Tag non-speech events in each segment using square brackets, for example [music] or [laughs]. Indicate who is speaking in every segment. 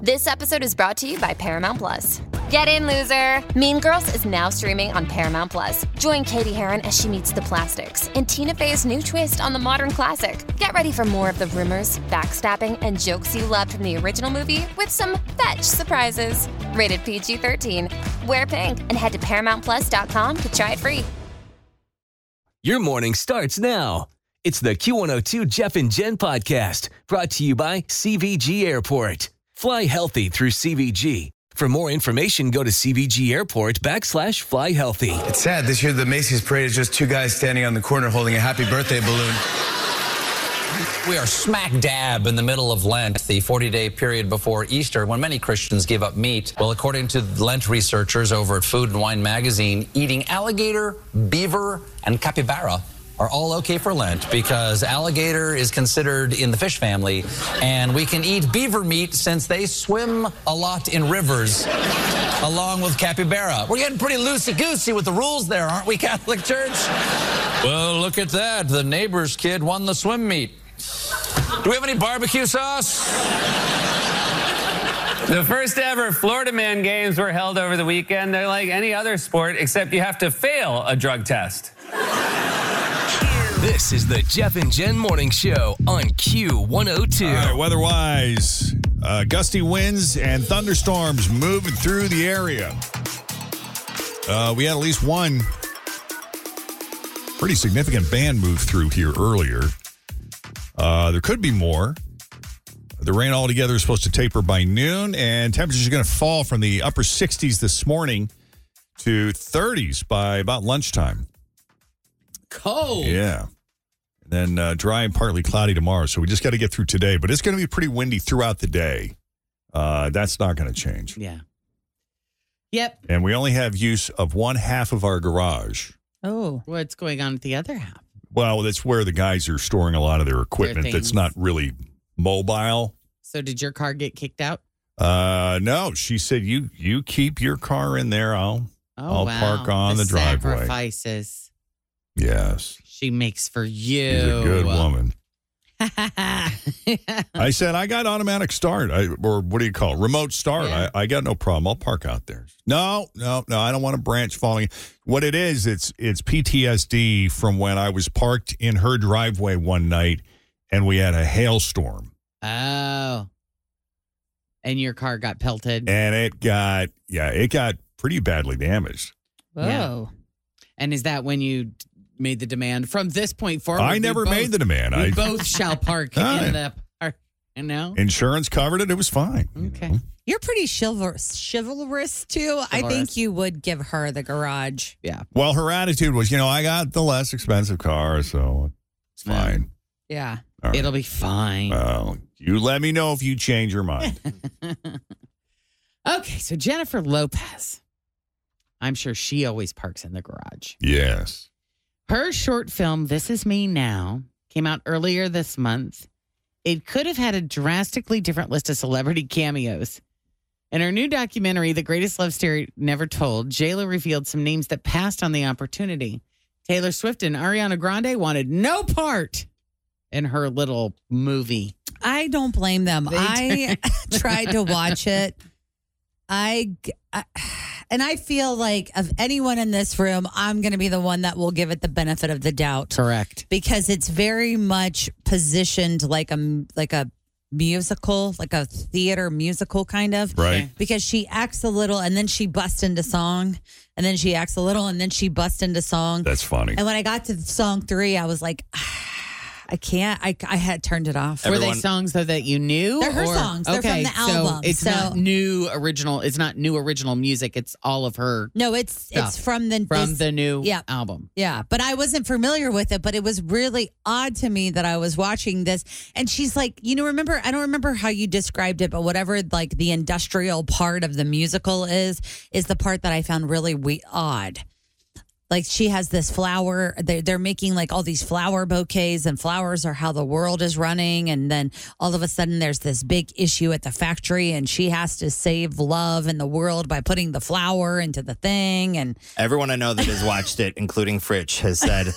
Speaker 1: This episode is brought to you by Paramount Plus. Get in, loser! Mean Girls is now streaming on Paramount Plus. Join Katie Heron as she meets the plastics in Tina Fey's new twist on the modern classic. Get ready for more of the rumors, backstabbing, and jokes you loved from the original movie with some fetch surprises. Rated PG 13. Wear pink and head to ParamountPlus.com to try it free.
Speaker 2: Your morning starts now. It's the Q102 Jeff and Jen podcast brought to you by CVG Airport. Fly healthy through CVG. For more information, go to CVG Airport backslash fly healthy.
Speaker 3: It's sad. This year, the Macy's parade is just two guys standing on the corner holding a happy birthday balloon.
Speaker 4: We are smack dab in the middle of Lent, the 40 day period before Easter, when many Christians give up meat. Well, according to Lent researchers over at Food and Wine magazine, eating alligator, beaver, and capybara are all okay for Lent because alligator is considered in the fish family, and we can eat beaver meat since they swim a lot in rivers, along with capybara. We're getting pretty loosey goosey with the rules there, aren't we, Catholic Church? Well, look at that. The neighbor's kid won the swim meet. Do we have any barbecue sauce?
Speaker 5: The first ever Florida Man games were held over the weekend. They're like any other sport, except you have to fail a drug test.
Speaker 2: This is the Jeff and Jen morning show on
Speaker 6: All right,
Speaker 2: Q102.
Speaker 6: weather-wise, uh, gusty winds and thunderstorms moving through the area. Uh, we had at least one pretty significant band move through here earlier. Uh, there could be more. The rain altogether is supposed to taper by noon, and temperatures are going to fall from the upper 60s this morning to 30s by about lunchtime.
Speaker 7: cold.
Speaker 6: Yeah. And then uh, dry and partly cloudy tomorrow. So we just got to get through today, but it's going to be pretty windy throughout the day. Uh, that's not going to change.
Speaker 7: Yeah. Yep.
Speaker 6: And we only have use of one half of our garage.
Speaker 7: Oh, what's going on at the other half?
Speaker 6: Well, that's where the guys are storing a lot of their equipment that's
Speaker 7: things.
Speaker 6: not really mobile.
Speaker 7: So did your car get kicked out?
Speaker 6: Uh, no, she said, you you keep your car in there. I'll.
Speaker 7: Oh,
Speaker 6: I'll
Speaker 7: wow.
Speaker 6: park on the driveway.
Speaker 7: Sacrifices
Speaker 6: Yes.
Speaker 7: she makes for you.
Speaker 6: She's a
Speaker 7: [laughs]
Speaker 6: good woman.
Speaker 7: woman.
Speaker 6: I said, I got automatic start, I, or what do you call it? Remote start.
Speaker 7: Yeah.
Speaker 6: I, I got no problem. I'll park out there. No, no, no. I don't want a branch falling. What it is, it's it's PTSD from when I was parked in her driveway one night, and we had a hailstorm,
Speaker 7: oh. And your car got pelted.
Speaker 6: and it got yeah, it got pretty badly damaged.
Speaker 7: Whoa. And is that when you d- made the demand from this point forward?
Speaker 6: I
Speaker 7: we
Speaker 6: never
Speaker 7: both-
Speaker 6: made the demand.
Speaker 7: We
Speaker 6: I
Speaker 7: both
Speaker 6: [laughs]
Speaker 7: shall park
Speaker 6: Aye.
Speaker 7: in the park. You know?
Speaker 6: insurance covered it. It was fine. you
Speaker 7: Okay.
Speaker 6: know?
Speaker 8: You're pretty chivalrous, chivalrous too. I
Speaker 7: Chivalrous.
Speaker 8: think you would give her the garage.
Speaker 6: Well, her attitude was, you know, I got the less expensive car, so it's
Speaker 7: Yeah.
Speaker 6: fine.
Speaker 7: Yeah.
Speaker 6: All right.
Speaker 7: It'll be fine.
Speaker 6: Well, you let me know if you change your mind.
Speaker 8: [laughs]
Speaker 7: Okay, so Jennifer Lopez. I'm sure she always parks in the garage.
Speaker 6: yes.
Speaker 7: Her short film, This Is Me Now, came out earlier this month. It could have had a drastically different list of celebrity [laughs] cameos. In her new documentary, The Greatest Love Story Never Told, JLo revealed some names that passed on the opportunity. Taylor Swift and Ariana Grande wanted no part in her little movie.
Speaker 8: I don't blame them.
Speaker 7: They
Speaker 8: I [laughs] tried to watch it. I, g- I- and I feel like of anyone in this room, I'm going to be the one that will give it the benefit of the doubt
Speaker 7: Correct.
Speaker 8: because it's very much positioned like a m- like a musical, like a theater musical kind of.
Speaker 6: Right.
Speaker 8: because she acts a little and then she busts into song and then she acts a little and then she busts into song
Speaker 6: That's funny.
Speaker 8: and when i got to song three i was like [sighs] "Ah, i can't i, I had turned it off
Speaker 7: Were they
Speaker 4: Everyone-
Speaker 7: songs though that you knew?
Speaker 8: They're her songs. They're from the
Speaker 7: So
Speaker 8: album.
Speaker 7: it's
Speaker 8: So-
Speaker 7: not new original. It's not new original music. It's all of her
Speaker 8: no it's
Speaker 7: Stuff.
Speaker 8: it's from the
Speaker 7: from
Speaker 8: this-
Speaker 7: the new
Speaker 8: yeah.
Speaker 7: album.
Speaker 8: yeah but i wasn't familiar with it but it was really odd to me that i was watching this and she's like you know remember i don't remember how you described it but whatever like the industrial part of the musical is is the part that i found really we- odd like she has this flower they're, they're making like all these flower bouquets and flowers are how the world is running and then all of a sudden there's this big issue at the factory and she has to save love and the world by putting the flower into the thing and
Speaker 9: Everyone I know that has watched it, including Fritch, has said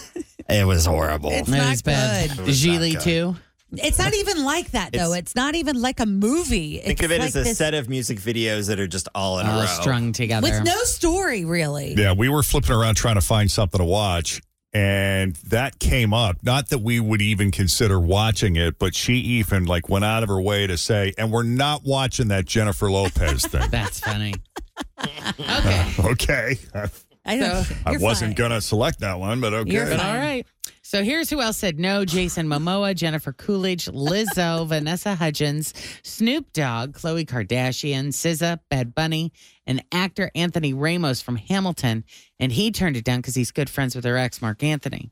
Speaker 9: it was horrible.
Speaker 8: It's
Speaker 7: That
Speaker 8: not
Speaker 7: is bad.
Speaker 8: good.
Speaker 9: It was not
Speaker 7: Gigli
Speaker 9: good.
Speaker 7: too.
Speaker 8: It's not even like that though.
Speaker 9: It's-
Speaker 8: It's, not even like a movie.
Speaker 9: Think
Speaker 8: it's
Speaker 9: of it
Speaker 8: like
Speaker 9: as a
Speaker 8: this-
Speaker 9: set of music videos that are just all in a
Speaker 7: all
Speaker 9: row.
Speaker 7: strung together.
Speaker 8: with no story really.
Speaker 6: Yeah, we were flipping around trying to find something to watch, and that came up. Not that we would even consider watching it, but she even like went out of her way to say, "And we're not watching that Jennifer
Speaker 8: [laughs]
Speaker 6: Lopez thing."
Speaker 7: That's funny. okay.
Speaker 6: okay, I,
Speaker 8: I know.
Speaker 7: So-
Speaker 6: I
Speaker 8: You're
Speaker 6: wasn't
Speaker 8: fine.
Speaker 6: gonna select that one, but okay.
Speaker 8: You're
Speaker 7: But
Speaker 8: fine.
Speaker 7: all right. So here's who else said no Jason Momoa, Jennifer Coolidge,
Speaker 8: [laughs]
Speaker 7: Lizzo, Vanessa Hudgens, Snoop Dogg, Khloe Kardashian, SZA, Bad Bunny, and actor Anthony Ramos from Hamilton. And he turned it down because he's good friends with her ex, Mark Anthony.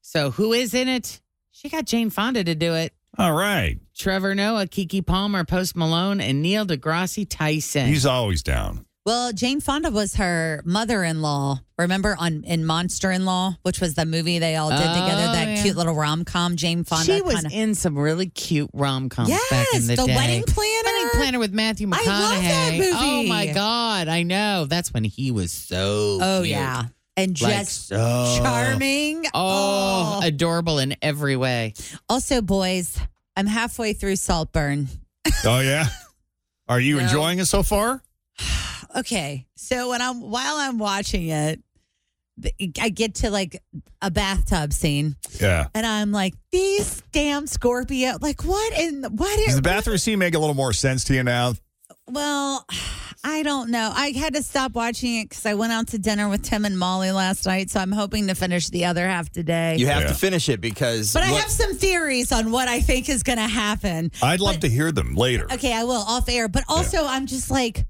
Speaker 7: So who is in it? She got Jane Fonda to do it.
Speaker 6: All right,
Speaker 7: Trevor Noah, Kiki Palmer, Post Malone, and Neil deGrasse Tyson.
Speaker 6: he's always down.
Speaker 8: Well, Jane Fonda was her mother-in-law. Remember on in Monster-in-Law, which was the movie they all
Speaker 7: Oh,
Speaker 8: did together, that
Speaker 7: yeah.
Speaker 8: cute little rom-com. Jane Fonda.
Speaker 7: she was
Speaker 8: kinda-
Speaker 7: in some really cute rom coms
Speaker 8: yes,
Speaker 7: back in the,
Speaker 8: the,
Speaker 7: day.
Speaker 8: wedding planner.
Speaker 7: Wedding Planner with Matthew McConaughey.
Speaker 8: I love that movie.
Speaker 7: Oh my god, I know. That's when he was so.
Speaker 8: Oh
Speaker 7: cute.
Speaker 8: yeah, and
Speaker 7: Like
Speaker 8: just
Speaker 7: so-
Speaker 8: charming.
Speaker 7: Oh, adorable in every way.
Speaker 8: Also, boys, I'm halfway through Saltburn.
Speaker 6: Oh yeah, are you
Speaker 8: No.
Speaker 6: enjoying it so far?
Speaker 8: Okay, so when I'm while I'm watching it, th- I get to like a bathtub scene,
Speaker 6: Yeah.
Speaker 8: and I'm like, "These damn Scorpio! Like, what in what
Speaker 6: Does
Speaker 8: in
Speaker 6: the bathroom scene make a little more sense to you now?
Speaker 8: Well, I don't know. I had to stop watching it because I went out to dinner with Tim and Molly last night, so I'm hoping to finish the other half today.
Speaker 9: You have
Speaker 6: Yeah.
Speaker 9: to finish it because.
Speaker 8: but I
Speaker 9: what-
Speaker 8: have some theories on what I think is going to happen.
Speaker 6: I'd love to hear them later.
Speaker 8: Okay, I will off air. But also, I'm just like,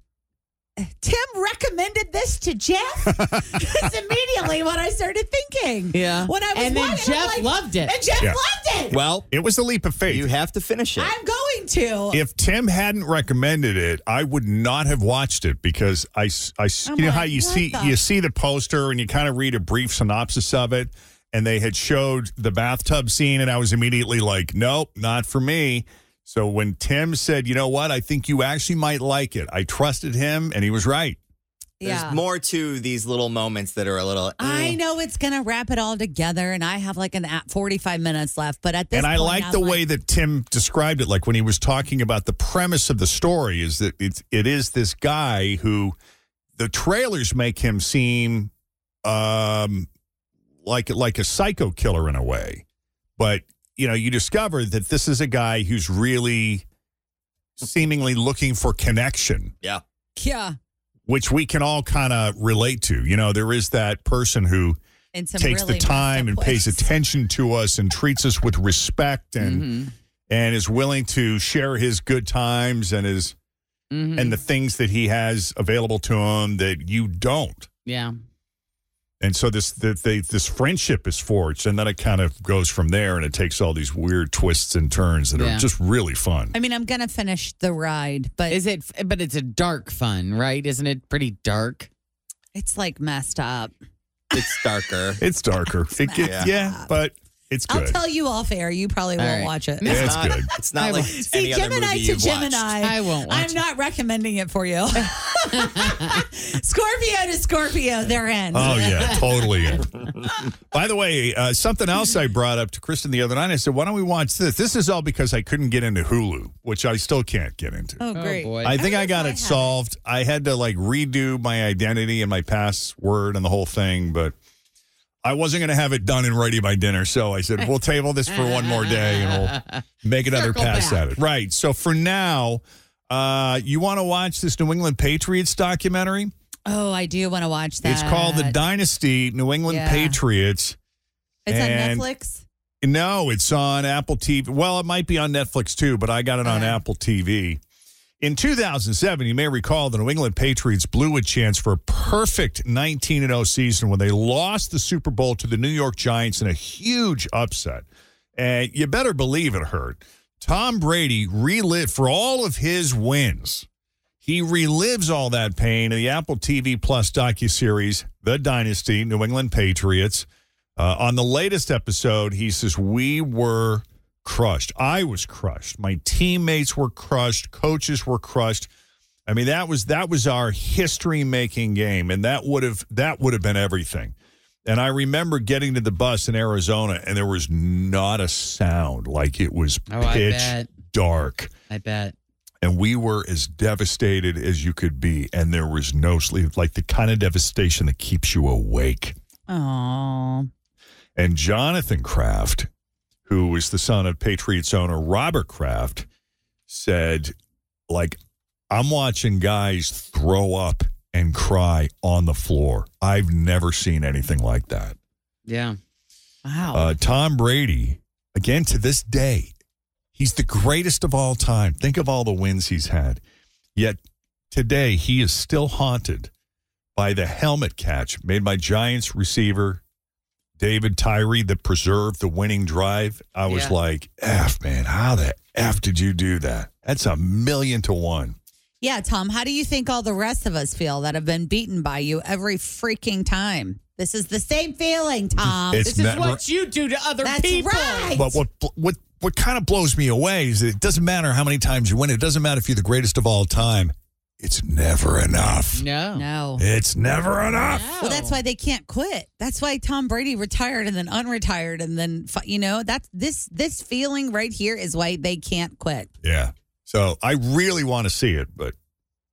Speaker 8: Tim recommended this
Speaker 6: [laughs]
Speaker 8: to Jeff. That's immediately what I started thinking.
Speaker 7: Yeah.
Speaker 8: When I was
Speaker 7: And then
Speaker 8: watching, I'm
Speaker 7: Jeff
Speaker 8: like-
Speaker 7: loved it.
Speaker 8: And Jeff
Speaker 6: Yeah.
Speaker 8: loved it.
Speaker 9: well,
Speaker 6: It was a leap of faith.
Speaker 9: you have to finish it.
Speaker 8: I'm going to.
Speaker 6: if Tim hadn't recommended it, I would not have watched it because I, s- I s-
Speaker 9: Oh
Speaker 8: I'm
Speaker 6: you know how
Speaker 8: like,
Speaker 6: you
Speaker 8: what
Speaker 6: see
Speaker 8: the-
Speaker 6: you see the poster and you kind of read a brief synopsis of it, and they had showed the bathtub scene, and I was immediately like, nope, not for me. So when Tim said, you know what, I think you actually might like it, I trusted him, and he was right.
Speaker 9: There's more to these little moments that are a little. eh.
Speaker 8: I know it's going to wrap it all together, and I have like an at 45 minutes left. But at this
Speaker 6: and I
Speaker 8: point,
Speaker 6: like
Speaker 8: I'm
Speaker 6: the way that Tim described it. Like when he was talking about the premise of the story, is that it's it is this guy who the trailers make him seem um like like a psycho killer in a way, but you know you discover that this is a guy who's really seemingly looking for connection
Speaker 9: Yeah.
Speaker 8: yeah,
Speaker 6: which we can all kind of relate to you know there is that person who
Speaker 8: in some
Speaker 6: takes
Speaker 8: really
Speaker 6: the time and
Speaker 8: messed up
Speaker 6: pays
Speaker 8: ways. Mm-hmm.
Speaker 6: attention to us and treats us with respect and
Speaker 7: Mhm.
Speaker 6: and is willing to share his good times and his
Speaker 8: Mm-hmm.
Speaker 7: Mhm.
Speaker 6: and the things that he has available to him that you don't.
Speaker 7: yeah.
Speaker 6: And so this that they this friendship is forged, and then it kind of goes from there, and it takes all these weird twists and turns that
Speaker 7: Yeah.
Speaker 6: are just really fun.
Speaker 8: I mean, I'm going to finish the ride, but
Speaker 7: Is it? But it's a dark fun, right? Isn't it pretty dark?
Speaker 8: it's like messed up.
Speaker 9: It's darker.
Speaker 6: It's
Speaker 8: [laughs]
Speaker 6: darker, it gets, yeah.
Speaker 9: Yeah.
Speaker 6: but it's
Speaker 8: I'll
Speaker 6: good.
Speaker 8: tell you off air. You probably
Speaker 7: All
Speaker 8: won't
Speaker 7: right.
Speaker 8: watch it.
Speaker 6: Yeah, it's
Speaker 9: not,
Speaker 6: good.
Speaker 9: It's not
Speaker 7: I
Speaker 9: like
Speaker 7: won't.
Speaker 9: any
Speaker 8: See,
Speaker 9: other
Speaker 8: Gemini
Speaker 9: movie
Speaker 8: to
Speaker 9: you've watched.
Speaker 8: Gemini.
Speaker 7: I won't watch
Speaker 8: I'm not recommending it for you. [laughs] Scorpio to Scorpio, they're in.
Speaker 6: Oh yeah,
Speaker 8: [laughs]
Speaker 6: totally. By the way, uh, something else I brought up to Kristen the other night. I said, "Why don't we watch this?" This is all because I couldn't get into Hulu, which I still can't get into.
Speaker 8: Oh, great.
Speaker 7: boy.
Speaker 6: I think I got
Speaker 8: I
Speaker 6: it
Speaker 8: have it.
Speaker 6: solved. I had to like redo my identity and my password and the whole thing, but I wasn't going to have it done and ready by dinner. So I said, we'll table this for one more day and
Speaker 8: [laughs]
Speaker 6: we'll make another
Speaker 7: Circle
Speaker 6: pass
Speaker 7: back.
Speaker 6: at it. Right. So for now, uh, you want to watch this New England Patriots documentary?
Speaker 8: Oh, I do want to watch that.
Speaker 6: It's called The Dynasty New England
Speaker 8: Yeah.
Speaker 6: Patriots.
Speaker 8: It's
Speaker 6: and-
Speaker 8: on Netflix.
Speaker 6: No, it's on Apple TV. Well, it might be on Netflix too, but I got it on
Speaker 8: Okay.
Speaker 6: Apple TV. In 2007, you may recall the New England Patriots blew a chance for a perfect 19 0 season when they lost the Super Bowl to the New York Giants in a huge upset. And you better believe it hurt. Tom Brady relit for all of his wins. He relives all that pain in the Apple TV Plus docuseries, The Dynasty, New England Patriots. Uh, on the latest episode, he says, We were crushed. I was crushed. My teammates were crushed. Coaches were crushed. I mean, that was that was our history making game, and that would have that would have been everything. And I remember getting to the bus in Arizona, and there was not a sound. Like it was
Speaker 7: Oh, I
Speaker 6: pitch
Speaker 7: bet.
Speaker 6: dark,
Speaker 7: I bet.
Speaker 6: and we were as devastated as you could be. And there was no sleep, like the kind of devastation that keeps you awake.
Speaker 8: Oh,
Speaker 6: And Jonathan Kraft, who is the son of Patriots owner Robert Kraft, said, like, I'm watching guys throw up and cry on the floor. I've never seen anything like that.
Speaker 7: Yeah.
Speaker 8: wow.
Speaker 6: Uh, Tom Brady, again to this day, he's the greatest of all time. Think of all the wins he's had. Yet today, he is still haunted by the helmet catch made by Giants receiver David Tyree that preserved the winning drive. I was
Speaker 7: Yeah.
Speaker 6: like, F, man, how the F did you do that? That's a million to one.
Speaker 8: yeah, Tom, how do you think all the rest of us feel that have been beaten by you every freaking time? This is the same feeling, Tom.
Speaker 6: It's
Speaker 7: Um, This is
Speaker 6: not-
Speaker 7: what you do to other
Speaker 8: That's
Speaker 7: people.
Speaker 8: right.
Speaker 6: But what what what kind of blows me away is that it doesn't matter how many times you win. It doesn't matter if you're the greatest of all time. It's never enough.
Speaker 7: No.
Speaker 8: No.
Speaker 6: It's never enough.
Speaker 8: Well, that's
Speaker 7: Oh.
Speaker 8: why they can't quit. That's why Tom Brady retired and then unretired and then fi- you know that's this this feeling right here is why they can't quit.
Speaker 6: Yeah. So I really want to see it, but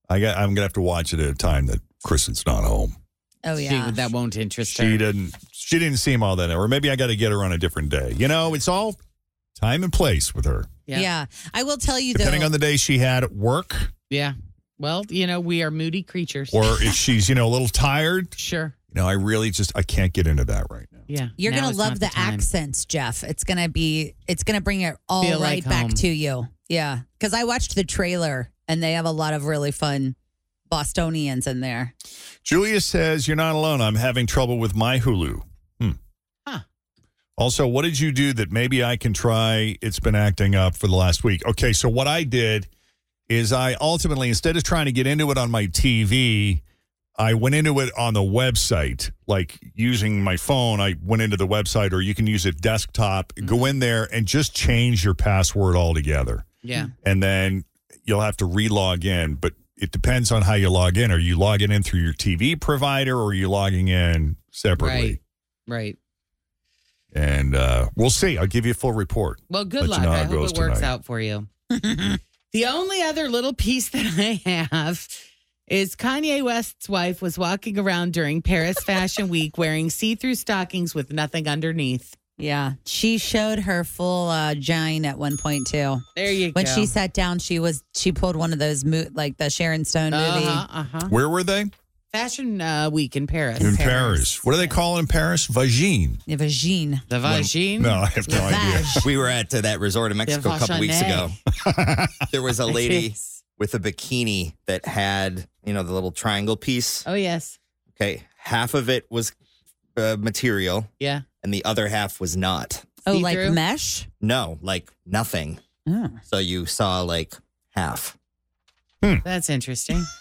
Speaker 6: I got I'm gonna have to watch it at a time that Kristen's not home.
Speaker 8: Oh yeah,
Speaker 7: See, that won't interest
Speaker 6: She
Speaker 7: her.
Speaker 6: didn't she didn't seem all that or maybe I gotta get her on a different day. You know, it's all time and place with her.
Speaker 8: yeah. I will tell you
Speaker 6: Depending
Speaker 8: though.
Speaker 6: on the day she had at work
Speaker 7: Yeah. Well, you know, we are moody creatures.
Speaker 6: or if she's, you know, a little tired.
Speaker 7: sure.
Speaker 6: You know, I really just I can't get into that right now.
Speaker 7: Yeah.
Speaker 8: you're
Speaker 7: Now
Speaker 8: gonna
Speaker 7: is
Speaker 8: love
Speaker 7: not
Speaker 8: the,
Speaker 7: time.
Speaker 8: accents, Jeff. It's gonna be, it's gonna bring it all right
Speaker 7: Feel like
Speaker 8: back
Speaker 7: home.
Speaker 8: to you. Yeah, because I watched the trailer and they have a lot of really fun Bostonians in there.
Speaker 6: Julia says, You're not alone. I'm having trouble with my Hulu. Hmm.
Speaker 7: Huh.
Speaker 6: Also, what did you do that maybe I can try? It's been acting up for the last week. Okay, so what I did is I ultimately, instead of trying to get into it on my TV, I went into it on the website, like using my phone. I went into the website, or you can use a desktop. Go in there and just change your password altogether
Speaker 7: Yeah.
Speaker 6: and then you'll have to re-log in. But it depends on how you log in. Are you logging in through your TV provider, or are you logging in
Speaker 7: Right.
Speaker 6: separately?
Speaker 7: Right.
Speaker 6: And uh, we'll see. I'll give you a full report.
Speaker 7: Well,
Speaker 6: Let
Speaker 7: good
Speaker 6: you
Speaker 7: luck.
Speaker 6: know how
Speaker 7: I
Speaker 6: it
Speaker 7: hope
Speaker 6: goes
Speaker 7: it works
Speaker 6: tonight.
Speaker 7: out for
Speaker 8: [laughs]
Speaker 7: you. the only other little piece that I have is Kanye West's wife was walking around during
Speaker 8: [laughs]
Speaker 7: Paris Fashion Week wearing see-through stockings with nothing underneath.
Speaker 8: Yeah, she showed her full uh, gine at one point too.
Speaker 7: There you
Speaker 8: When
Speaker 7: go.
Speaker 8: she sat down, she was she pulled one of those mo- like the Sharon Stone movie.
Speaker 7: uh-huh, uh-huh.
Speaker 6: Where were they?
Speaker 7: Fashion uh, Week in Paris.
Speaker 6: In Paris.
Speaker 8: Paris.
Speaker 6: What do they call it in Paris? Vagine.
Speaker 8: The Vagine.
Speaker 7: The Vagine.
Speaker 6: No, I have no
Speaker 8: The
Speaker 6: idea.
Speaker 8: Vag.
Speaker 9: We were at uh, that resort in Mexico a couple weeks ago.
Speaker 7: [laughs]
Speaker 9: There was a lady with a bikini that had, you know, the little triangle piece.
Speaker 7: Oh yes.
Speaker 9: Okay, half of it was uh, material,
Speaker 7: Yeah.
Speaker 9: and the other half was not.
Speaker 8: Oh,
Speaker 7: See-through?
Speaker 8: like mesh.
Speaker 9: No, like nothing.
Speaker 8: Oh.
Speaker 9: So you saw like half.
Speaker 7: That's interesting.
Speaker 9: [laughs]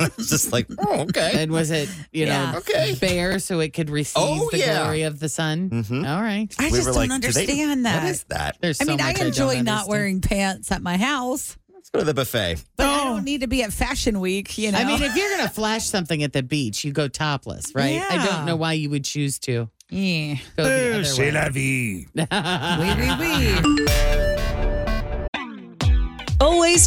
Speaker 9: It's just like, oh, okay.
Speaker 7: And was it, you
Speaker 8: Yeah.
Speaker 7: know,
Speaker 9: Okay.
Speaker 7: bare so it could receive
Speaker 9: Oh,
Speaker 7: the
Speaker 9: yeah.
Speaker 7: glory of the sun?
Speaker 9: Mhm.
Speaker 7: All right.
Speaker 8: I
Speaker 9: We
Speaker 8: just
Speaker 9: were
Speaker 8: don't
Speaker 9: like, do they-
Speaker 8: understand that.
Speaker 9: What is that?
Speaker 7: There's
Speaker 8: I
Speaker 7: so
Speaker 8: mean, I
Speaker 7: much don't
Speaker 8: enjoy not
Speaker 7: understand.
Speaker 8: wearing pants at my house, Oh.
Speaker 9: Let's go to the buffet.
Speaker 8: but I don't need to be at Fashion Week. You know,
Speaker 7: I
Speaker 8: [laughs]
Speaker 7: mean, if you're going to flash something at the beach, you go topless, right? I
Speaker 8: Yeah.
Speaker 7: don't know why you would choose to
Speaker 8: yeah.
Speaker 7: go the other way.
Speaker 8: Wee, wee, wee.
Speaker 10: Always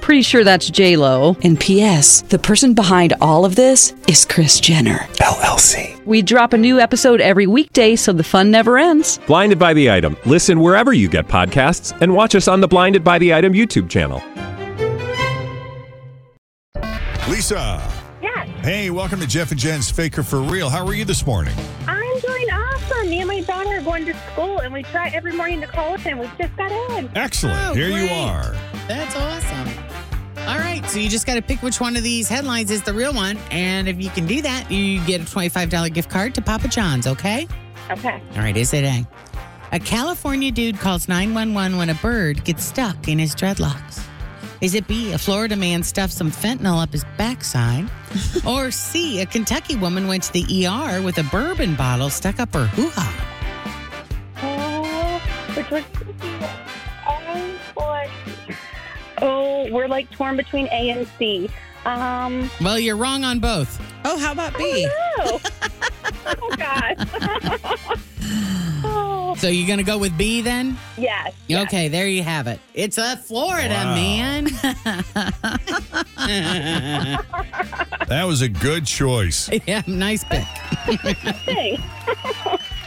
Speaker 11: Pretty sure that's J Lo.
Speaker 10: And P.S. The person behind all of this is Chris Jenner.
Speaker 12: LLC.
Speaker 11: We drop a new episode every weekday, so the fun never ends.
Speaker 12: Blinded by the item. Listen wherever you get podcasts, and watch us on the Blinded by the Item YouTube channel.
Speaker 6: Lisa.
Speaker 11: Yes.
Speaker 6: Hey, welcome to Jeff and Jen's Faker for Real. How are you this morning?
Speaker 11: I'm doing awesome. Me and my daughter are going to school, and we try every morning to call us, and we just got in.
Speaker 6: Excellent.
Speaker 7: Oh,
Speaker 6: Here you
Speaker 7: great.
Speaker 6: are.
Speaker 7: That's awesome. All right. So you just got to pick which one of these headlines is the real one. And if you can do that, you get a $25 gift card to Papa John's, okay?
Speaker 11: Okay.
Speaker 7: All right, is it A? A California dude calls 911 when a bird gets stuck in his dreadlocks. Is it B? A Florida man stuffed some fentanyl up his [laughs] backside. or C? A Kentucky woman went to the ER with a bourbon bottle stuck up her hoo ha.
Speaker 11: Oh, which was oh boy. Oh, we're like torn between A and C. Um,
Speaker 7: Well, you're wrong on both. Oh, how about B?
Speaker 11: oh, oh God. [laughs] oh,
Speaker 7: So you're going to go with B then?
Speaker 11: yes.
Speaker 7: Okay, there you have it. It's a Florida
Speaker 6: Wow.
Speaker 7: man.
Speaker 6: [laughs] That was a good choice.
Speaker 7: yeah, nice pick.
Speaker 11: Thanks.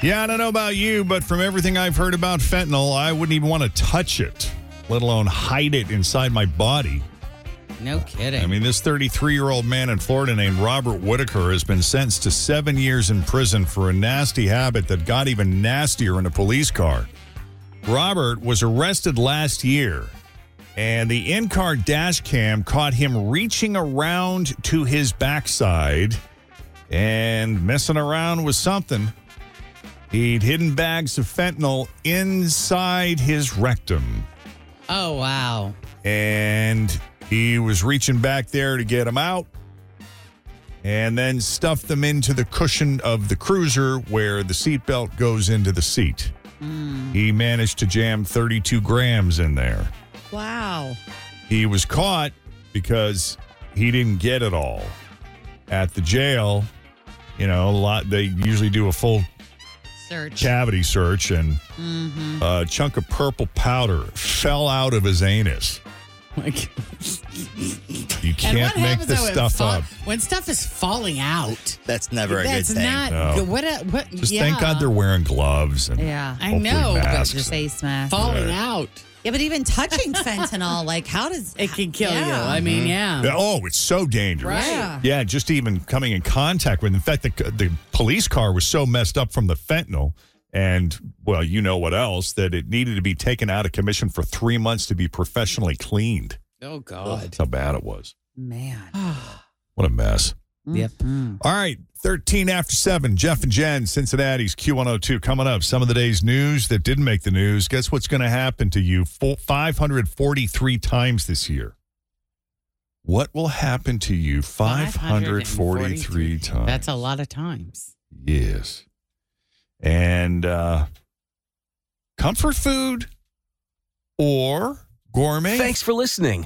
Speaker 6: Yeah, I don't know about you, but from everything I've heard about fentanyl, I wouldn't even want to touch it, let alone hide it inside my body.
Speaker 7: No kidding.
Speaker 6: I mean, this 33 year old man in Florida named Robert Whitaker has been sentenced to seven years in prison for a nasty habit that got even nastier in a police car. Robert was arrested last year, and the in car dash cam caught him reaching around to his backside and messing around with something. He'd hidden bags of fentanyl inside his rectum
Speaker 7: Oh, wow.
Speaker 6: and he was reaching back there to get him out and then stuffed them into the cushion of the cruiser where the seatbelt goes into the seat.
Speaker 7: Hmm.
Speaker 6: He managed to jam 32 grams in there.
Speaker 7: Wow.
Speaker 6: He was caught because he didn't get it all. At the jail, you know, a lot they usually do a full
Speaker 7: Search.
Speaker 6: cavity search and
Speaker 7: Mm-hmm.
Speaker 6: a chunk of purple powder fell out of his anus.
Speaker 7: [laughs] Like,
Speaker 6: You can't make this stuff up.
Speaker 7: When stuff is falling out,
Speaker 9: That's never a
Speaker 7: that's
Speaker 9: good thing.
Speaker 7: not
Speaker 6: No.
Speaker 7: good. What? A, what
Speaker 6: Just
Speaker 7: yeah.
Speaker 6: thank God they're wearing gloves and
Speaker 8: Yeah.
Speaker 7: I
Speaker 6: hopefully
Speaker 7: know, but
Speaker 6: masks.
Speaker 7: just
Speaker 8: Face mask.
Speaker 7: falling
Speaker 6: Right.
Speaker 7: out.
Speaker 8: Yeah, but even touching fentanyl, like, how does
Speaker 7: It can kill you.
Speaker 8: Yeah.
Speaker 7: I mean, yeah.
Speaker 6: Yeah, Oh, it's so dangerous.
Speaker 7: Right.
Speaker 6: Yeah, just even coming in contact with. In fact, the the police car was so messed up from the fentanyl, and well, you know what else that it needed to be taken out of commission for three months to be professionally cleaned.
Speaker 7: Oh God.
Speaker 6: That's how bad it was.
Speaker 7: Man.
Speaker 6: What a mess.
Speaker 7: yep.
Speaker 6: All right, 13 after 7, Jeff and Jen, Cincinnati's Q102 coming up. Some of the day's news that didn't make the news. Guess what's going to happen to you fo- 543 times this year? What will happen to you 543 times?
Speaker 7: That's a lot of times.
Speaker 6: Yes. And uh, comfort food or gourmet?
Speaker 2: Thanks for listening